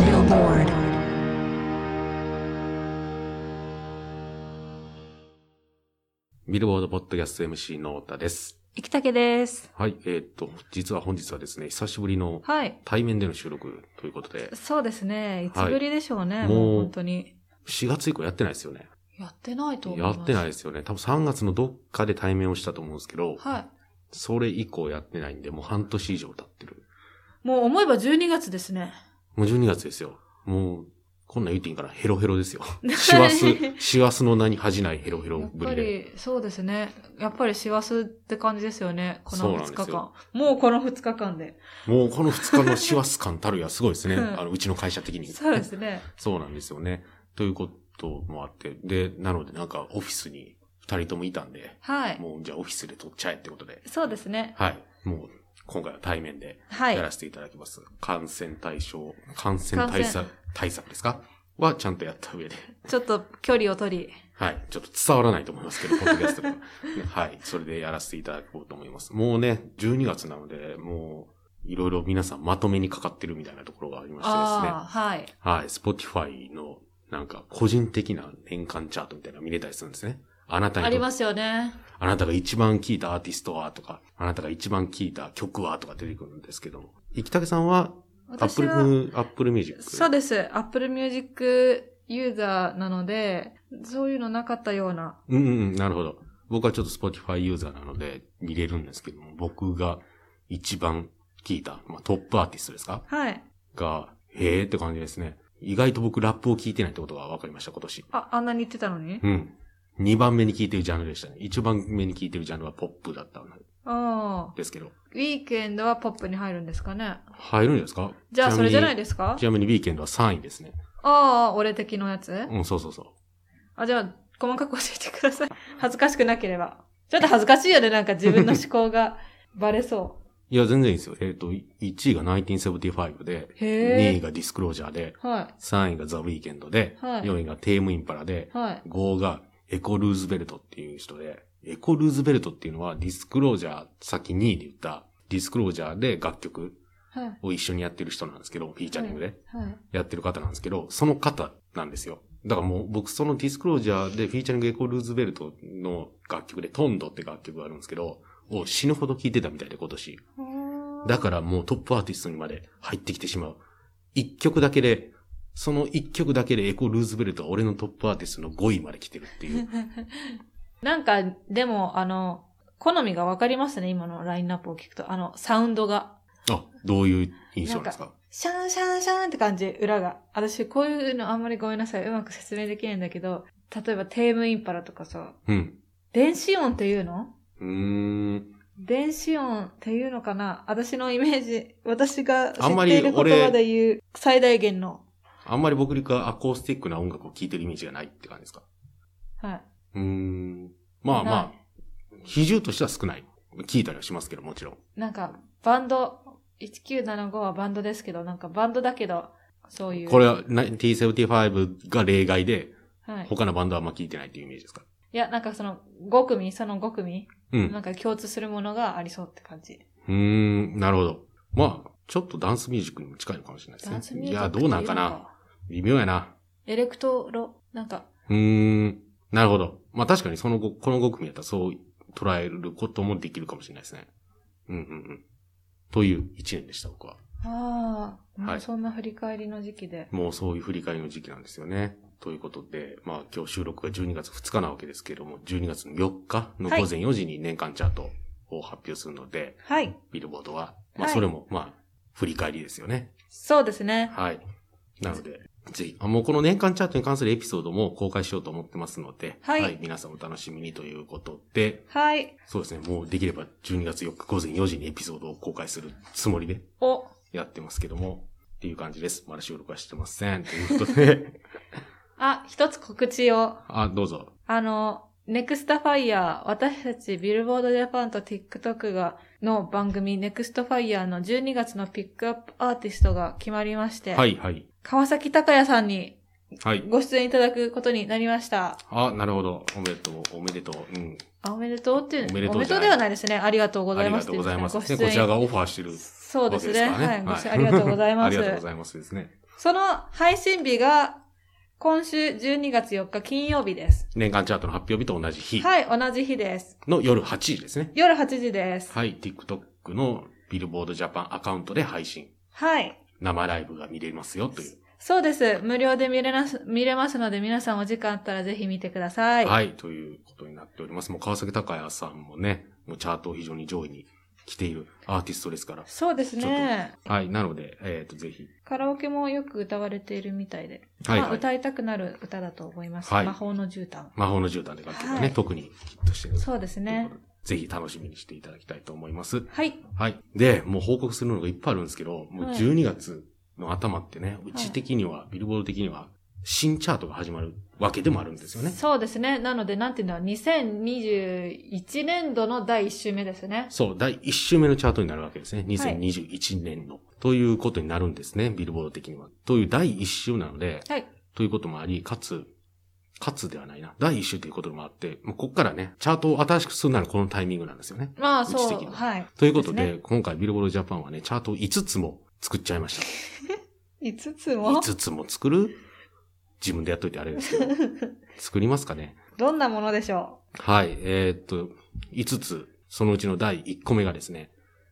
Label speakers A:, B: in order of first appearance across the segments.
A: Lord.
B: 「ビルボードポッドキャスト MC の太田です。
C: 生竹です。
B: はい、えーっと、実は本日はですね、久しぶりの
C: はい。
B: 対面での収録ということで、
C: そうですね。いつ
B: はい
C: ぶりでしょうね。
B: もう
C: もう本当に。
B: 4月以降やってないですよね。
C: やってないと思い
B: や
C: ます。
B: ってないですよね。多分3月のどっかで対面をしたと思うんですけど、
C: は
B: それ以降やってないんで、もう半年以上経ってる。
C: い。もう思えば12月ですね。
B: もう12月ですよ。もう、こんなん言っていいんかな、ヘロヘ ロですよ。師走、師走の名に恥じないヘロヘ
C: や
B: ロ
C: っ
B: ぶ
C: ぱ
B: りで。
C: り、そうですね。やっぱり師走って感じですよね。こ
B: そう
C: の
B: なんで
C: 2
B: す
C: 日間
B: よ。
C: もうこの2日間で。
B: もうこの2日の師走感たるや、すごいですね。
C: うん
B: あの、うちの会社的に。
C: そうですね。
B: そうなんですよね。ということもあって、で、なのでなんかオフィスに二人ともいたんで、
C: はい。
B: もうじゃあオフィスで撮っちゃえってことで、
C: そうですね。
B: はい。もう今回は対面で
C: は
B: や
C: い
B: ら。せていただきます。感染対象、感染対
C: 感
B: 策、対策ですかはちゃんとやった上で、
C: ちょっと距離を取り。
B: はい。ちょっと伝わらないと思いますけど、ポッドキャス トではねはい。それでやらせていただこうと思います。もうね、12月なので、もう、いろいろ皆さんまとめにかかってるみたいなところがありましてですね。
C: ああ、はい。
B: はい、Spotify のなんか個人的な年間チャートみたいなの見れたりするんですね。あなた
C: あ
B: に
C: り
B: とっ
C: ますよね。
B: あなたが一番聴いたアーティストはとか、あなたが一番聴いた曲はとか出てくるんですけども。生竹さんは、アッ
C: 私
B: プル
C: は、
B: アップルミュージック。
C: そうです。Apple Music ユーザーなので、そういうのなかったような。
B: うんうん、なるほど。僕はちょっと Spotify ユーザーなので見れるんですけども、僕が一番聴いた、まあ、トップアーティストですか
C: はい。
B: が、へーって感じですね。意外と僕ラップを聴いてないってことが分かりました、今年。
C: あ、あんなに言ってたのに
B: うん。2番目に聴いてるジャンルでしたね。1番目に聴いてるジャンルはポップだったん
C: ああ。
B: ですけど。
C: ウィークエンドはポップに入るんですかね
B: 入るんですか
C: じゃあそれじゃない
B: で
C: ですか
B: ちなみにウィーケンドは3位ですね。
C: ああ、俺的のやつ、
B: うん、そうそうそ。
C: あ、じゃあ、細かく教えてください。 恥ずかしくなければ。ちょっと恥ずかしいよね、なんか自分の思考が バレそう
B: いや、全然いいですよ。えっ、と、1位が1975で、
C: う。
B: 2位
C: へえ。
B: がディスクロージャーで、
C: は
B: 3位がザ・ウィーケンドで、
C: はい
B: 4位がテーム・インパラで
C: い。、はい。
B: 5位がエコ・ルーズベルトっていう人で、エコ・ルーズベルトっていうのはディスクロージャー、さっき2位で言った、ディスクロージャーで楽曲
C: はい。
B: を一緒にやってる人なんですけど、フィーチャリングで。
C: はい。
B: やってる方なんですけど、その方なんですよ。だからもう僕そのディスクロージャーでフィーチャリングエコ・ルーズベルトの楽曲でトンドって楽曲があるんですけど、を死ぬほど聴いてたみたいで今年。だからもうトップアーティストにまで入ってきてしまう。一曲だけで、その一曲だけでエコ・ルーズベルトは俺のトップアーティストの5位まで来てるって いう。
C: なんか、でも、あの、好みがわかりますね、今のラインナップを聞くと。あの、サウンドが。
B: あ、どういう印象なんですか
C: シャンシャンシャンって感じ、裏が。私、こういうのあんまりごめんなさい。うまく説明できないんだけど、例えばテームインパラとかさ、
B: うん。
C: 電子音っていうの
B: うーん。
C: 電子音っていうのかな私のイメージ、私が知
B: あんま
C: っ
B: り
C: ている言葉で言う最大限の。
B: あんまり僕がアコースティックな音楽を聴いてるイメージがないって感じですか
C: は
B: うーん。まあまあ、
C: は
B: 比重としては少ない。聞いたりはしますけど、もちろん。
C: い。なんか、バンド、1975はバンドですけど、なんかバンドだけど、そういう。
B: これはな T75 が例外で、
C: はい。
B: 他のバンドはあんま聞いてないっていうイメージですか
C: いや、なんかその5組、その5組、
B: うん。
C: な
B: うん
C: か共通するものがありそうって感じ。
B: ーん、なるほど。まあ、ちょっとダンスミュージックにも近いのかもしれないですね。
C: ダンスミュージ
B: い
C: ック
B: や、
C: って
B: どうなんか
C: いうの
B: な。微妙やな。
C: エレクトロ、なんか、
B: うーん、なるほど。まあ確かにその後、この5組やったらそう捉えることもできるかもしれないですね。うんうんうん。という1年でした、僕は。
C: ああ、
B: はい
C: もうそんな振り返りの時期で。
B: もうそういう振り返りの時期なんですよね。ということで、まあ今日収録が12月2日なわけですけれども、12月の4日の午
C: はい
B: 前4時に年間チャートを発表するので、
C: はい。
B: ビルボードは、まあ
C: はい
B: それも、まあ、振り返りですよね。
C: そうですね。
B: はい。なので、ぜひ、あもうこの年間チャートに関するエピソードも公開しようと思ってますので、
C: はい
B: 皆さんお楽しみにということで、
C: はい。
B: そうですね、もうできれば12月4日午前4時にエピソードを公開するつもりで
C: お、
B: やってますけども、っていう感じです。まだ収録はしてません。ということで、
C: あ、一つ告知を。
B: あ、どうぞ。
C: あの、ネクスタファイヤー、私たちビルボードジャパンと TikTok が、の番組、ネクストファイヤーの12月のピックアップアーティストが決まりまして、
B: はい、はい。
C: 川崎隆也さんに
B: はい。
C: ご出演いただくことになりました。
B: あ、なるほど。おめでとう、おめでとう。うん。
C: あおめでとうっていう、
B: おめでとうじゃない
C: ではないですね。ありがとうご
B: あ
C: ざい
B: り
C: ま
B: が
C: す
B: とうございます。
C: ご出
B: ね、
C: 演
B: こちらがオファーしてる
C: そう
B: わ
C: で
B: け
C: す
B: で
C: ね。
B: すから
C: は
B: ね。
C: い、ご出演ありがとうございま
B: あり
C: す。
B: がとうございますですね。
C: その配信日が、今週12月4日金曜日です。
B: 年間チャートの発表日と同じ日
C: はい、同じ日です。
B: の夜8時ですね。
C: 夜8時です。
B: はい、TikTok のビルボードジャパンアカウントで配信。
C: はい。
B: 生ライブが見れますよという。
C: そうです。無料で見れなす、見れますので、皆さんお時間あったらぜひ見てくださ。
B: はいい、ということになっております。もう川崎隆也さんもね、もうチャートを非常に上位に来ているアーティストですから。
C: そうですね。
B: はい、なので、えっ、と、ぜひ。
C: カラオケもよく歌われているみたいで。
B: はい、
C: まあ、
B: はい。
C: 歌いたくなる歌だと思います。
B: はい
C: 魔法の絨毯。
B: 魔法の絨毯で楽曲がね、
C: はい
B: 特にヒットしてる。
C: そうですね。。
B: ぜひ楽しみにしていただきたいと思います。
C: はい。
B: はい。で、もう報告するのがいっぱいあるんですけど、もう
C: はい
B: 12月の頭ってね、うち的には、ビルボード的には、新チャートが始まるわけでもあるんですよね。
C: そうですね。なので、なんていうの、2021年度の第1週目ですね。
B: そう、第1週目のチャートになるわけですね。2021年の。ということになるんですね、ビルボード的には。という第1週なので、
C: はい。
B: ということもあり、かつ、かつではないな。第1週ということもあって、もうこっからね、チャートを新しくするならこのタイミングなんですよね。
C: まあ、
B: うち
C: そ
B: 的に
C: う。
B: は
C: はい。
B: ということで、
C: すね
B: 今回ビルボードジャパンはね、チャートを5つも作っちゃいました。
C: 5つも
B: 5つも作る自分でやっといてあれで すけど、作りますかね。
C: どんなものでしょ
B: はい、えーっと、5つ、そのうちの第1個目がですね、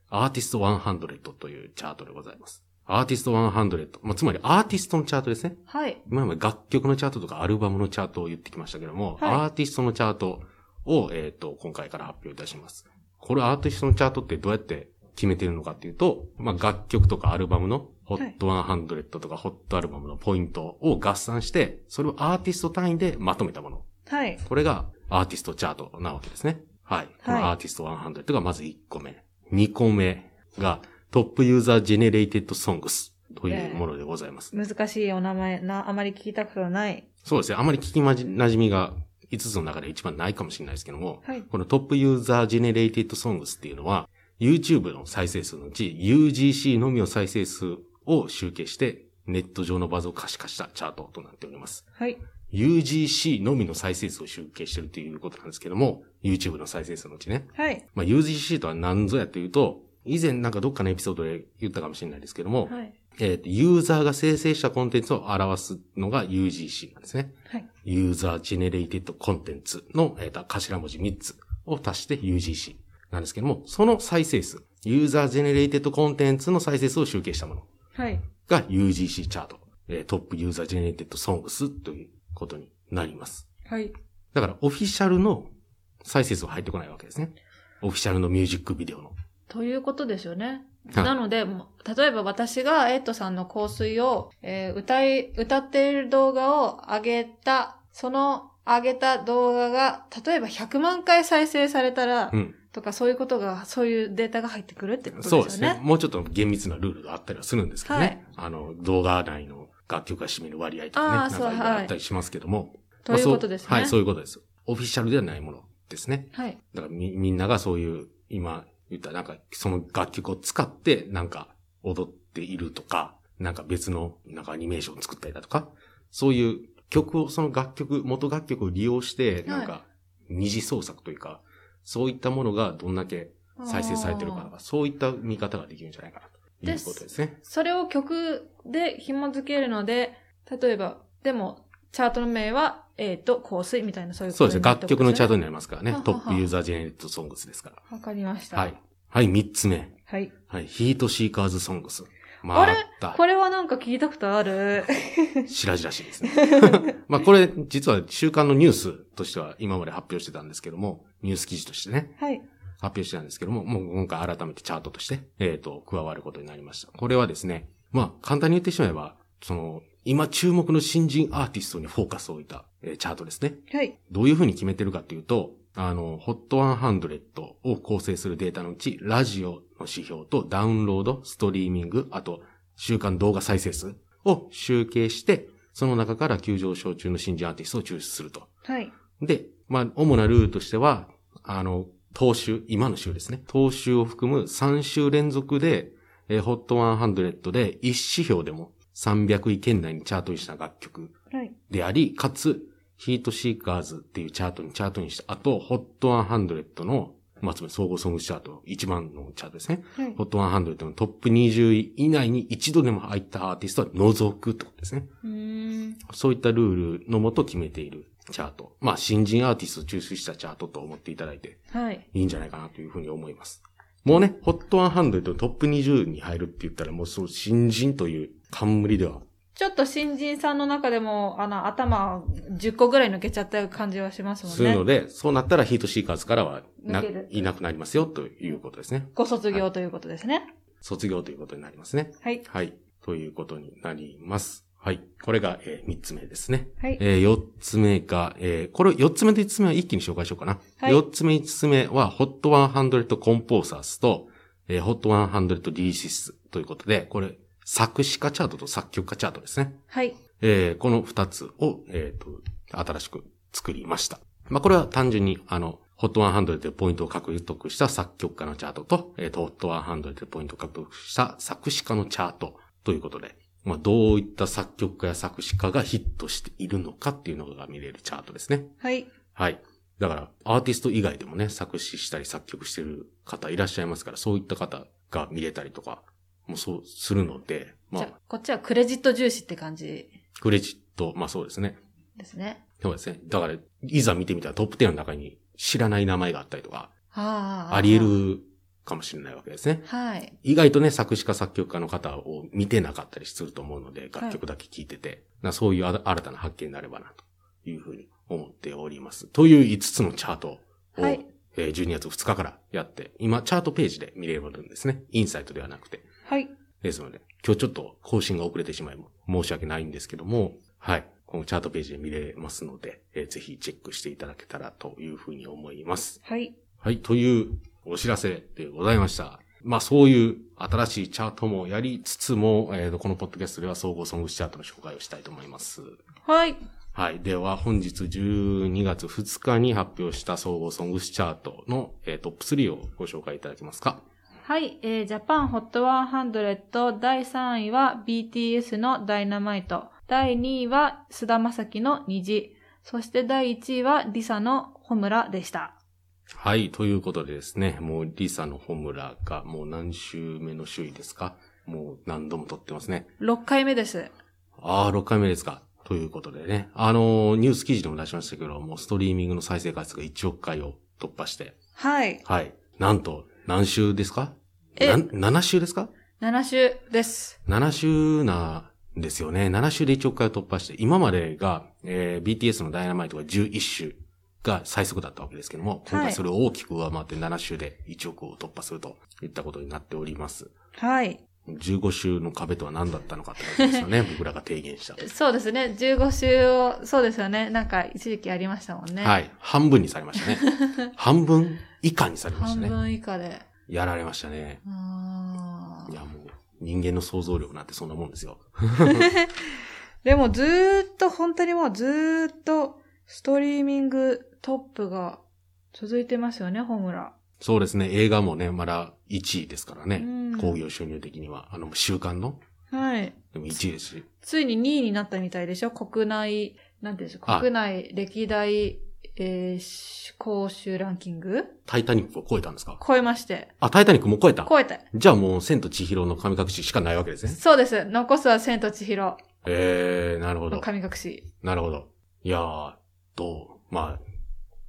B: アーティスト100というチャートでございます。アーティスト100、まあ、つまりアーティストのチャートですね
C: う。はい。
B: 今まで楽曲のチャートとかアルバムのチャートを言ってきましたけども、
C: はい
B: アーティストのチャートを、えーっと、今回から発表いたします。これアーティストのチャートってどうやって決めてるのかっていうと、まあ、楽曲とかアルバムの
C: い
B: HOT100 とか HOT アルバムのポイントを合算して、それをアーティスト単位でまとめたもの。
C: はい。
B: これがアーティストチャートなわけですね。はい。このアーティスト100がまず1個目。2個目がトップユーザージェネレイテッドソングスというものでございます。
C: 難しいお名前な、あまり聞いたことない。
B: そうですね。あまり聞きまじ、馴染みが5つの中で一番ないかもしれないですけども、
C: はい。
B: このトップユーザージェネレイテッドソングスっていうのは、YouTube の再生数のうち UGC のみの再生数を集計して、ネット上のバズを可視化したチャートとなっております。
C: はい。
B: UGC のみの再生数を集計してるということなんですけども、YouTube の再生数のうちね。
C: はい。
B: まあ、UGC とは何ぞやというと、以前なんかどっかのエピソードで言ったかもしれないですけども、
C: はい。
B: えーとユーザーが生成したコンテンツを表すのが UGC なんですね。
C: はい。
B: ユーザージェネレイテッドコンテンツの、えーと頭文字3つを足して UGC なんですけども、その再生数、ユーザージェネレイテッドコンテンツの再生数を集計したもの
C: はい。
B: が UGC チャート、えートップユーザージェネレイテッドソングスということになります。
C: はい。
B: だからオフィシャルの再生数は入ってこないわけですね。オフィシャルのミュージックビデオの。
C: ということですよね。
B: はい
C: なので、もう例えば私がエイトさんの香水を、えー歌い、歌っている動画を上げた、その上げた動画が、例えば100万回再生されたら、
B: うん。
C: とかそういうことが、そういうデータが入ってくるってことですよね。
B: そうですね。もうちょっと厳密なルールがあったりはするんですけどね。あの、動画内の楽曲が占める割合と
C: あ
B: か
C: ー
B: ね、なん
C: そう
B: かいろいろあったりしますけども。
C: ということですね。
B: まあそうはい、そういうことです。オフィシャルではないものですね。
C: はい。
B: だからみ、みんながそういう、今言ったなんか、その楽曲を使って、なんか、踊っているとか、なんか別の、なんかアニメーションを作ったりだとか、そういう曲を、その楽曲、元楽曲を利用して、なんか、二次創作というか、そういったものがどんだけ再生されてるかと
C: あー
B: か、そういった見方ができるんじゃないかな、ということですね。
C: それを曲で紐付けるので、例えば、でも、チャートの名は、えっ、と、香水みたいな、そういうこ
B: そ
C: と
B: うですね。楽曲のチャート
C: に
B: になりますからね
C: は。は
B: ト
C: は
B: ップユーザージェネレートソングスですから。
C: なってことですね。わかりました。
B: はい。。はい、三つ目。
C: はい。
B: はい、ヒートシーカーズソングス。ま
C: あれ
B: た
C: これはなんか聞いたことある。
B: しらじらしいですね。 まあこれ、実は週刊のニュースとしては今まで発表してたんですけども、ニュース記事としてね、
C: はい。
B: 発表してたんですけども、もう今回改めてチャートとして、えっ、と、加わることになりました。これはですね、まあ簡単に言ってしまえば、その、今注目の新人アーティストにフォーカスを置いた、えーチャートですね。
C: はい。
B: どういうふうに決めてるかっていうと、あの、HOT100 を構成するデータのうち、ラジオの指標とダウンロード、ストリーミング、あと、週間動画再生数を集計して、その中から急上昇中の新人アーティストを抽出すると。
C: はい。
B: で、まあ、主なルールとしては、あの、当週、今の週ですね。当週を含む3週連続で、えー、HOT100 で1指標でも300位圏内にチャートインした楽曲
C: はい。
B: であり、かつ、ヒートシーカーズっていうチャートにチャートにした後、ホット100の、まあ、つまり総合ソングチャート、一番のチャートですね。
C: はい
B: HOT100 のトップ20位以内に一度でも入ったアーティストは除くってことですね。
C: うーん。
B: そういったルールのもと決めているチャート。まあ、新人アーティストを抽出したチャートと思っていただいて
C: はい。
B: いいんじゃないかなというふうに思います。もうね、HOT100 のトップ20に入るって言ったらもうそう新人という冠では
C: ちょっと新人さんの中でも、あの、頭10個ぐらい抜けちゃった感じはしますも
B: する
C: ん
B: の
C: ね。
B: で、そうなったらヒートシーカーズからはな
C: 抜ける
B: いなくなりますよということですね。
C: ご卒業ということですね。
B: 卒業ということになりますね。
C: はい。
B: はい。ということになります。はい。これが、え3つ目ですね。
C: はい。
B: えー、4つ目が、えーこれ4つ目と5つ目は一気に紹介しようかな。
C: はい
B: 4つ目、5つ目は HOT100 コンポーサーズと、えー、HOT100 リーシスということで、これ作詞家チャートと作曲家チャートですね。
C: はい。
B: えーこの2つを、えーと、新しく作りました。まあ、これは単純に、あの、HOT100 でポイントを獲得した作曲家のチャートと、えーと、HOT100 でポイントを獲得した作詞家のチャートということで、まあ、どういった作曲家や作詞家がヒットしているのかっていうのが見れるチャートですね。
C: はい。
B: はい。だから、アーティスト以外でもね、作詞したり作曲してる方いらっしゃいますから、そういった方が見れたりとか、もうそうするので、ま
C: じ
B: あ
C: ゃあ、、こっちはクレジット重視って感じ
B: クレジット、まあそうですね。
C: ですね。
B: そうですね。だから、いざ見てみたらトップ10の中に知らない名前があったりとか、
C: ああ。
B: あり得るかもしれないわけですね。
C: はい。
B: 意外とね、作詞家作曲家の方を見てなかったりすると思うので、楽曲だけ聴いてて、なそういうあ新たな発見になればな、というふうに思っております。という5つのチャートを、
C: はい
B: えー12月2日からやって、今、チャートページで見れるんですね。インサイトではなくて。
C: はい。
B: ですので、今日ちょっと更新が遅れてしまい、申し訳ないんですけども、はい。このチャートページで見れますので、えーぜひチェックしていただけたらというふうに思います。
C: はい。
B: はい。というお知らせでございました。まあそういう新しいチャートもやりつつも、えーこのポッドキャストでは総合ソングチャートの紹介をしたいと思います。
C: はい。
B: はい。では、本日12月2日に発表した総合ソングスチャートの、えートップ3をご紹介いただけますか
C: はい、えー、ジャパンホット100第3位は BTS のダイナマイト。第2位は菅田将暉の虹。そして第1位はリサのホムラでした。
B: はい。ということでですね、もうリサのホムラがもう何週目の首位ですかもう何度も撮ってますね。
C: 6回目です。
B: ああ、6回目ですか。ということでね。あのーニュース記事でも出しましたけど、もうストリーミングの再生回数が1億回を突破して。
C: はい。
B: はい。なんと、何週ですか
C: え
B: な ?7 週ですか
C: 7週です。
B: 7週なんですよね。7週で1億回を突破して、今までが、えー BTS のダイナマイトが11週が最速だったわけですけども、今
C: は
B: 回
C: い
B: それを大きく上回って7週で1億を突破するといったことになっております。
C: はい。
B: 15週の壁とは何だったのかって感じです よね。僕らが提言した。
C: そうですね。15週を、そうですよね。なんか一時期ありましたもんね。
B: はい。半分にされましたね。半分以下にされまし
C: 半
B: たね。
C: 分以下で。
B: やられましたね。
C: うーん
B: いやもう、人間の想像力なんてそんなもんですよ。
C: でもずーっと、本当にもうずーっと、ストリーミングトップが続いてますよね、ホムラ。
B: そうですね。映画もね、まだ1位ですからね。
C: うん
B: 興行収入的には。あの、週間の
C: はい。
B: でも1位ですし。
C: ついに2位になったみたいでしょ国内、なんていうんですか
B: あ
C: 国内歴代、えーし、公衆ランキング
B: タイタニックを超えたんですか
C: 超えまして。
B: あ、タイタニックも超えた
C: 超えた。
B: じゃあもう、千と千尋の神隠ししかないわけですね。
C: そうです。残すは千と千尋
B: えー、なるほ
C: の
B: ど。
C: 神隠し。
B: なるほど。いやー、どう、まあ、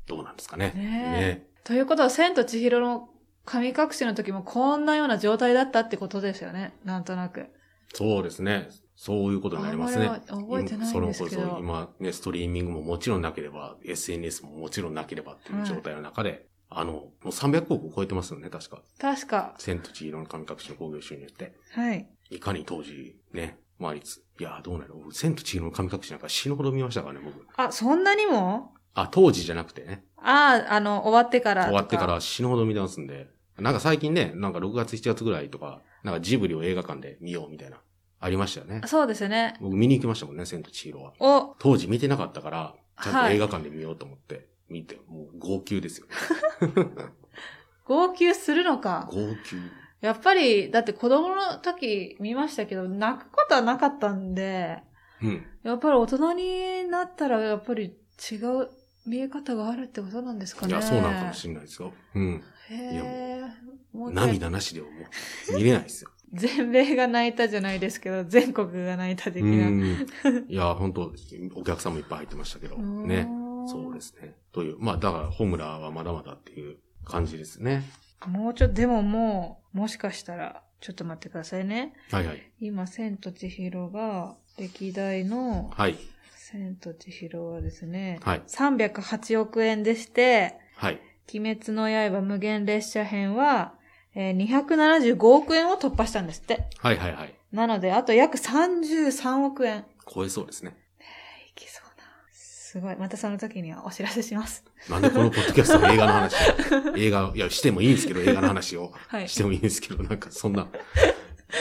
B: どうなんですかね。
C: ねということは、千と千尋の神隠しの時もこんなような状態だったってことですよね。なんとなく。
B: そうですね。そういうことになります
C: あん
B: ね
C: まり。覚えてないんですけど
B: それこそ今ね、ストリーミングももちろんなければ、SNS ももちろんなければっていう状態の中で、あの、もう300億を超えてますよね、確か。
C: 確か。
B: 千と千尋の神隠しの興行収入って。
C: はい。
B: いかに当時、ね、周りつ、いやー、どうなの僕千と千尋の神隠しなんか死ぬほど見ましたからね、僕。
C: あ、そんなにも
B: あ、当時じゃなくてね。
C: ああ、あの、終わってからと
B: 終わってから死ぬほど見てますんで。なんか最近ね、なんか6月7月ぐらいとか、なんかジブリを映画館で見ようみたいな、ありましたよね。
C: そうですね。
B: 僕見に行きましたもんね、千と千尋は。
C: お、
B: 当時見てなかったから、ちゃん
C: は
B: と
C: い
B: 映画館で見ようと思って、見て、もう号泣ですよね。
C: 号泣するのか。
B: 号泣。
C: やっぱり、だって子供の時見ましたけど、泣くことはなかったんで、
B: うん。
C: やっぱり大人になったら、やっぱり違う見え方があるってことなんですか
B: い
C: ね。
B: や、そうなのかもしれないですよ。うん。いや
C: へーもう一回
B: 涙なしではもう見れないですよ。
C: 全米が泣いたじゃないですけど、全国が泣いた的
B: う
C: な。。
B: ん。いや、本当お客さんもいっぱい入ってましたけど、ね。そうですすね。という、まあ、だから、ホムラはまだまだっていう感じですね。
C: もうちょっと、でももう、もしかしたら、ちょっと待ってくださいね。
B: はいはい。
C: 今、千と千尋が、歴代の
B: はい。
C: 千と千尋はですね、
B: はい。
C: 308億円でして、
B: はい。
C: 鬼滅の刃無限列車編は、えー275億円を突破したんですって。
B: はいはいはい。
C: なので、あと約33億円。
B: 超えそうですね。
C: いきそうな。すごい。またその時にはお知らせします。
B: なんでこのポッドキャストの映画の話 を映画、いや、してもいいんですけど、映画の話を
C: はい。
B: してもいいんですけど、なんかそんな、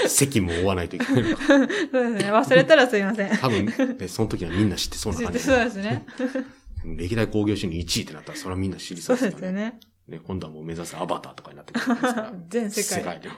B: 責務を負わないといけないの か。
C: そうですね。忘れたらすいま せん。
B: 多分、ね、その時はみんな知ってそうな
C: そう
B: 感
C: で
B: じ。
C: すね。
B: 歴代興行収入1位ってなったら、それはみんな知りそ
C: そうう
B: です
C: です
B: よね。ね
C: ね。
B: 今度はもう目指すアバターとかになってくるんですから。
C: 全世界。
B: でも。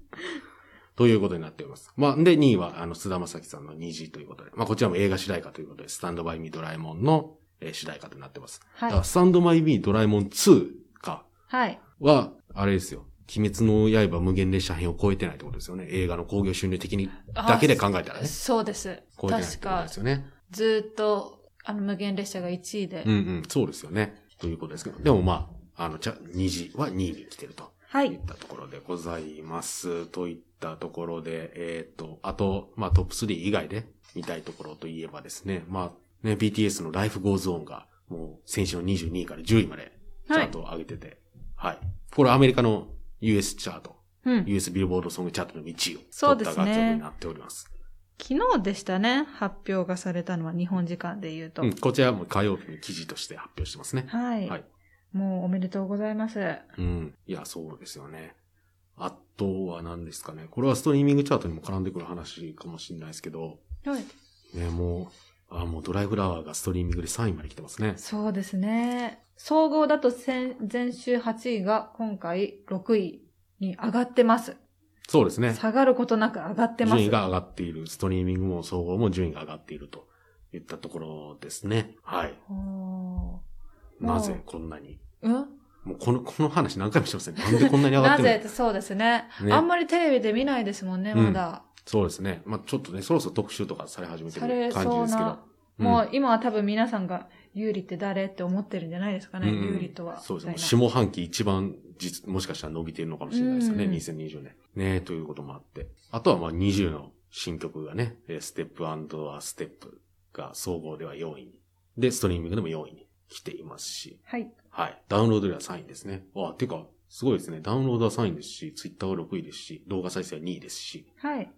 B: ということになっております。まあ、で、2位は、あの、菅田将暉さんの虹ということで、まあ、こちらも映画主題歌ということで、スタンドバイミードラえもんの、えー主題歌となってます。だか
C: は
B: らスタンドバイミードラえもん2か、
C: い。はい。
B: は、あれですよ。鬼滅の刃無限列車編を超えてないってことですよね。映画の興行収入的に、
C: あ
B: だけで考えたらね。
C: そうです。
B: 超えてないって
C: 確
B: こと
C: か
B: で、すよね。
C: ずーっと、あの、無限列車が1位で。
B: うんうん、そうですよね。ということですけど。でもまあ、あの、ちゃ、2時は2位に来てると。
C: はい
B: いっ。たところでございます。といったところで、えっ、と、あと、まあトップ3以外で見たいところといえばですね、まあね、BTS の Life Goes On がもう先週の22位から10位までチ
C: は
B: ャー
C: い。
B: トを上げてて、はい。これアメリカの US チャート、
C: うん。
B: US ビルボードソングチャートの1位を
C: そう
B: 取
C: で
B: った
C: すね
B: 楽曲になっております。
C: 昨日でしたね。発表がされたのは日本時間で言うと。
B: うん、こちらも火曜日に記事として発表してますね。
C: はい。
B: はい
C: もうおめでとうございます。
B: うん。いや、そうですよね。あとは何ですかね。これはストリーミングチャートにも絡んでくる話かもしれないですけど、
C: はい。
B: ね、もう、あ、もうドライフラワーがストリーミングで3位まで来てますね。
C: そうですね。総合だと先前週8位が今回6位に上がってます。
B: そうですね。
C: 下がることなく上がってます。
B: 順位が上がっている。ストリーミングも総合も順位が上がっているといったところですね。はい。
C: おー
B: なぜこんなに。
C: ーうん
B: もうこの、この話何回もしてますね。なんでこんなに上がっ
C: な
B: てる
C: ぜってそうですね
B: ね
C: あんまりテレビで見ないですもんね、まだ。
B: そうですね。まあちょっとね、そろそろ特集とかされ始めて
C: され
B: る感
C: そ
B: じ
C: う
B: ですけど
C: な。。
B: うん
C: もう今は多分皆さんが、有利って誰って思ってるんじゃないですかね、
B: うん
C: 有利とは。
B: そうです
C: み
B: ね。もう
C: たいな
B: 下半期一番実、もしかしたら伸びてるのかもしれないですよね。
C: うんうん
B: 2020年。ねということもあって。あとはまあ20の新曲がね、えーステップアステップが総合では4位に。で、ストリーミングでも4位に来ていますし。
C: はい。
B: はい。ダウンロードでは3位ですね。わあ、てか、すごいですね。ダウンロードは3位ですし、ツイッターは6位ですし、動画再生は2位ですし、
C: はい。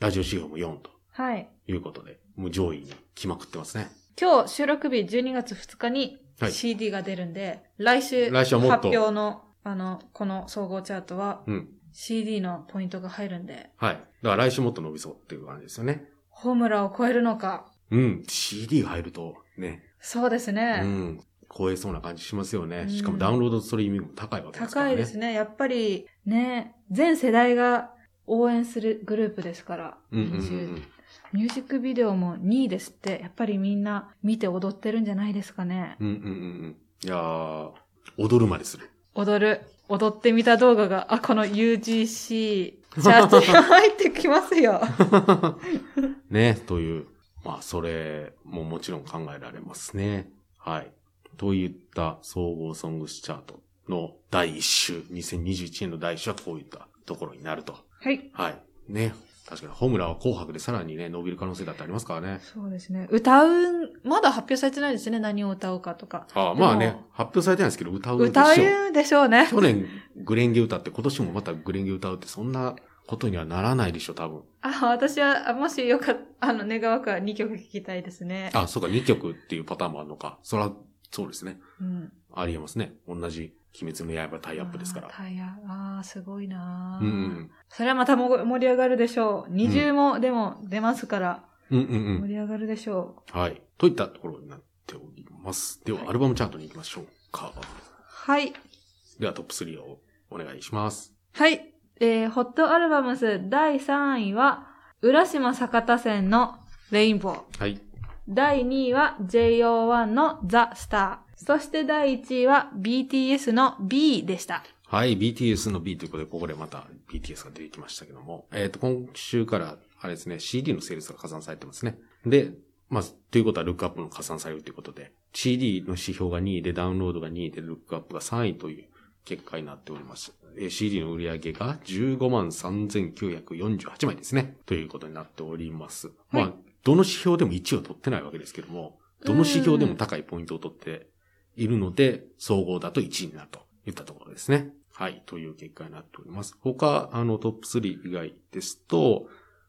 B: ラジオ指標も4と
C: はい。
B: いうことで、もう上位に来まくってますね。
C: 今日収録日12月2日に
B: はい
C: CD が出るんで、来週
B: 来
C: 発
B: 週はもっと
C: 表の、あの、この総合チャートは
B: うん。
C: CD のポイントが入るんで、
B: はい。だから来週もっと伸びそうっていう感じですよね。
C: ホームラを超えるのか。
B: うん。CD が入ると、ね、
C: そうですね。
B: うん。超えそうな感じしますよ
C: う
B: ね。
C: ん
B: しかもダウンロードストリーミングも高いわけですから
C: 高
B: ね。
C: いですね。やっぱりね、全世代が応援するグループですから、
B: うんうんうんう
C: 20
B: ん。
C: ミュージックビデオも2位ですって、やっぱりみんな見て踊ってるんじゃないですかね。
B: うんうんうんうん。いやー、踊るまでする。
C: 踊る、踊ってみた動画が、あ、この UGC チ ャートに入ってきますよ。
B: ね、という。まあ、それももちろん考えられますね。はい。といった総合ソングスチャートの第1週、2021年の第1週はこういったところになると。
C: はい。
B: はい。ね。確かに、ホムラは紅白でさらにね、伸びる可能性だってありますからね。
C: そうですね。歌うん、まだ発表されてないですね。何を歌おうかとか。
B: ああ、まあ
C: で
B: ね
C: も、
B: 発表されてないですけど、歌うでしょ
C: 歌うんでしょうね。
B: 去年グレンゲ歌って今年もまたグレンゲ歌うってそんなことにはならないでしょ、多分。
C: あ、私は、あもしよかった、あの、願わくは2曲聴きたいですね。
B: あ、そうか、2曲っていうパターンもあるのか。そら、そうですね。
C: うん。
B: ありえますね。同じ鬼滅の刃タイアップですから
C: あー。タイヤ、あーすごいな
B: う
C: ー
B: んうん
C: それはまたも盛り上がるでしょう。二重も、でも出ますから、
B: うん。うんうんうん
C: 盛。り上がるでしょう。
B: はい。といったところになっております。で
C: は
B: は、
C: い
B: アルバムチャートに行きましょうか。
C: はい。
B: では、トップ3をお願いします。
C: はい。えー、ホットアルバムス第3位は、浦島坂田線のレインボー。
B: はい。
C: 第2位は JO1 のザ・スター。そして第1位は BTS の B でした。
B: はい、BTS の B ということで、ここでまた BTS が出てきましたけども、えっ、と、今週から、あれですね、CD のセールスが加算されてますね。で、まあ、ということは、ルックアップも加算されるということで、CD の指標が2位で、ダウンロードが2位で、ルックアップが3位という結果になっております。えー CD の売り上げが15万3948枚ですね、ということになっております。ま
C: は
B: あ、どの指標でも1位を取ってないわけですけども、どの指標でも高いポイントを取っているので、総合だと1位になるといったところですね。はい、という結果になっております。他、あの、トップ3以外ですと、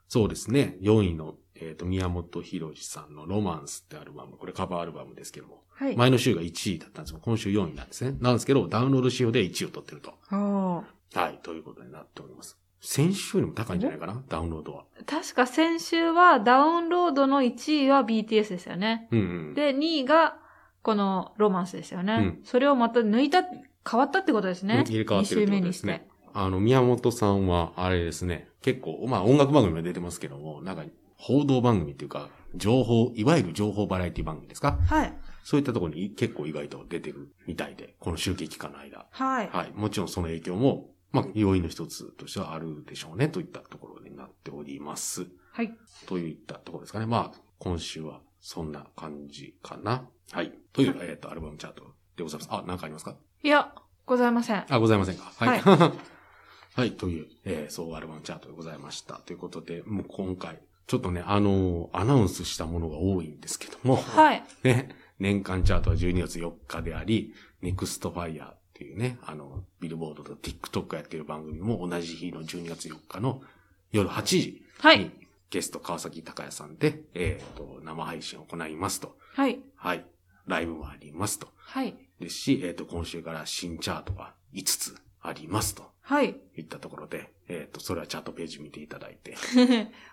B: そうですね、4位の、えっ、と、宮本浩次さんのロマンスってアルバム、これカバーアルバムですけども、
C: はい。
B: 前の週が1位だったんですけど、今週4位なんですね。なんですけど、ダウンロード仕様で1位を取ってると。
C: おー
B: はい、ということになっております。先週よりも高いんじゃないかな、ダウンロードは。
C: 確か先週はダウンロードの1位は BTS ですよね。
B: うん、うん。
C: で、2位がこのロマンスですよね。
B: うん
C: それをまた抜いた、変わったってことですね。
B: 入れ替わってる
C: 二週目
B: ってこと
C: に
B: で
C: し
B: す
C: て。
B: ね。あの、宮本さんは、あれですね、結構、まあ音楽番組も出てますけども、なんか、報道番組っていうか、情報、いわゆる情報バラエティ番組ですか
C: はい。
B: そういったところに結構意外と出てるみたいで、この集計期間の間。
C: はい。
B: はい。もちろんその影響も、まあ、要因の一つとしてはあるでしょうね、といったところになっております。
C: はい。
B: といったところですかね。まあ、今週はそんな感じかな。はい。という、えっ、と、アルバムチャートでございます。あ、なんかありますか
C: いや、ございません。
B: あ、ございませんか。はい。 はい、という、えー、総アルバムチャートでございました。ということで、もう今回、ちょっとね、あのーアナウンスしたものが多いんですけども、
C: はい。
B: ね、年間チャートは12月4日であり、ネクストファイヤーっていうね、あの、ビルボードと TikTok がやってる番組も同じ日の12月4日の夜8時
C: は
B: に
C: い。
B: ゲスト川崎隆也さんで、えっ、と、生配信を行いますと。
C: はい。
B: はい。ライブもありますと。
C: はい。
B: ですし、えっ、と、今週から新チャートが5つありますと
C: はい。
B: いったところで、えっ、と、それはチャートページ見ていただいて、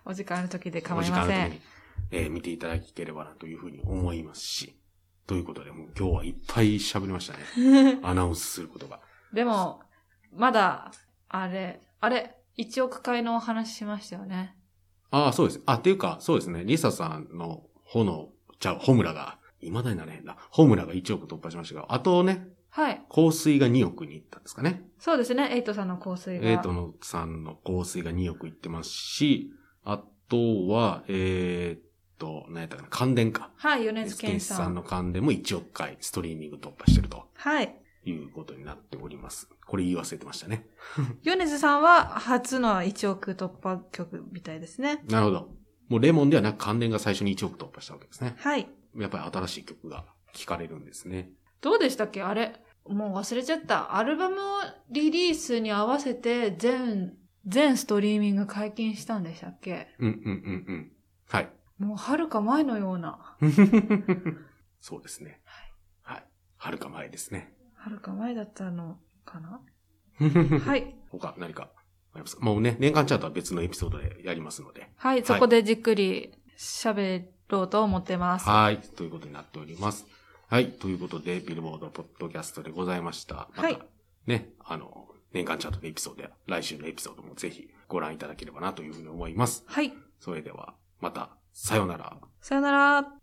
C: お時間の時で
B: お
C: 構い
B: 時
C: ま
B: 間の
C: せ
B: ため
C: ん。
B: に、えー見ていただければなというふうに思いますし、ということで、もう今日はいっぱい喋りましたね。アナウンスすることが。
C: でも、まだ、あれ、あれ、1億回のお話しましたよね。
B: ああ、そうです。あ、っていうか、そうですね。リサさんの炎、じゃあ、ホムラが、未だになれへんな。ホムラが1億突破しましたが、あとね、
C: はい。
B: 香水が2億に行ったんですかね。
C: そうですね、エイトさんの香水が。
B: エイトのさんの香水が2億いってますし、あとは、えーっと、何やったかな、関電か。
C: はい、米津
B: スケン
C: 玄
B: ス
C: 師
B: さ
C: さ
B: ん
C: ん。
B: の関電も1億回ストリーミング突破してると
C: はい。
B: いうことになっております。これ言い忘れてましたね。
C: 米津さんは初の1億突破曲みたいですね。
B: なるほど。もうレモンではなく関電が最初に1億突破したわけですね。
C: はい。
B: やっぱり新しい曲が聴かれるんですね。
C: どうでしたっけあれ。もう忘れちゃった。アルバムをリリースに合わせて全、全ストリーミング解禁したんでしたっけ
B: うんうんうんうん。 はい。
C: もう遥か前のような。
B: そうですね。はい。はるか前ですね。
C: 遥か前だったのか なはい。
B: 他何かありますかもうね、年間チャートは別のエピソードでやりますので。
C: はい、そこでじっくり喋ろうと思ってます。
B: はい。ということになっております。はい。ということで、ビルボードポッドキャストでございました。また、
C: はい
B: ね、あの、年間チャートのエピソードや、来週のエピソードもぜひご覧いただければなというふうに思います。
C: はい、
B: それでは、また、さようなら。
C: さよなら。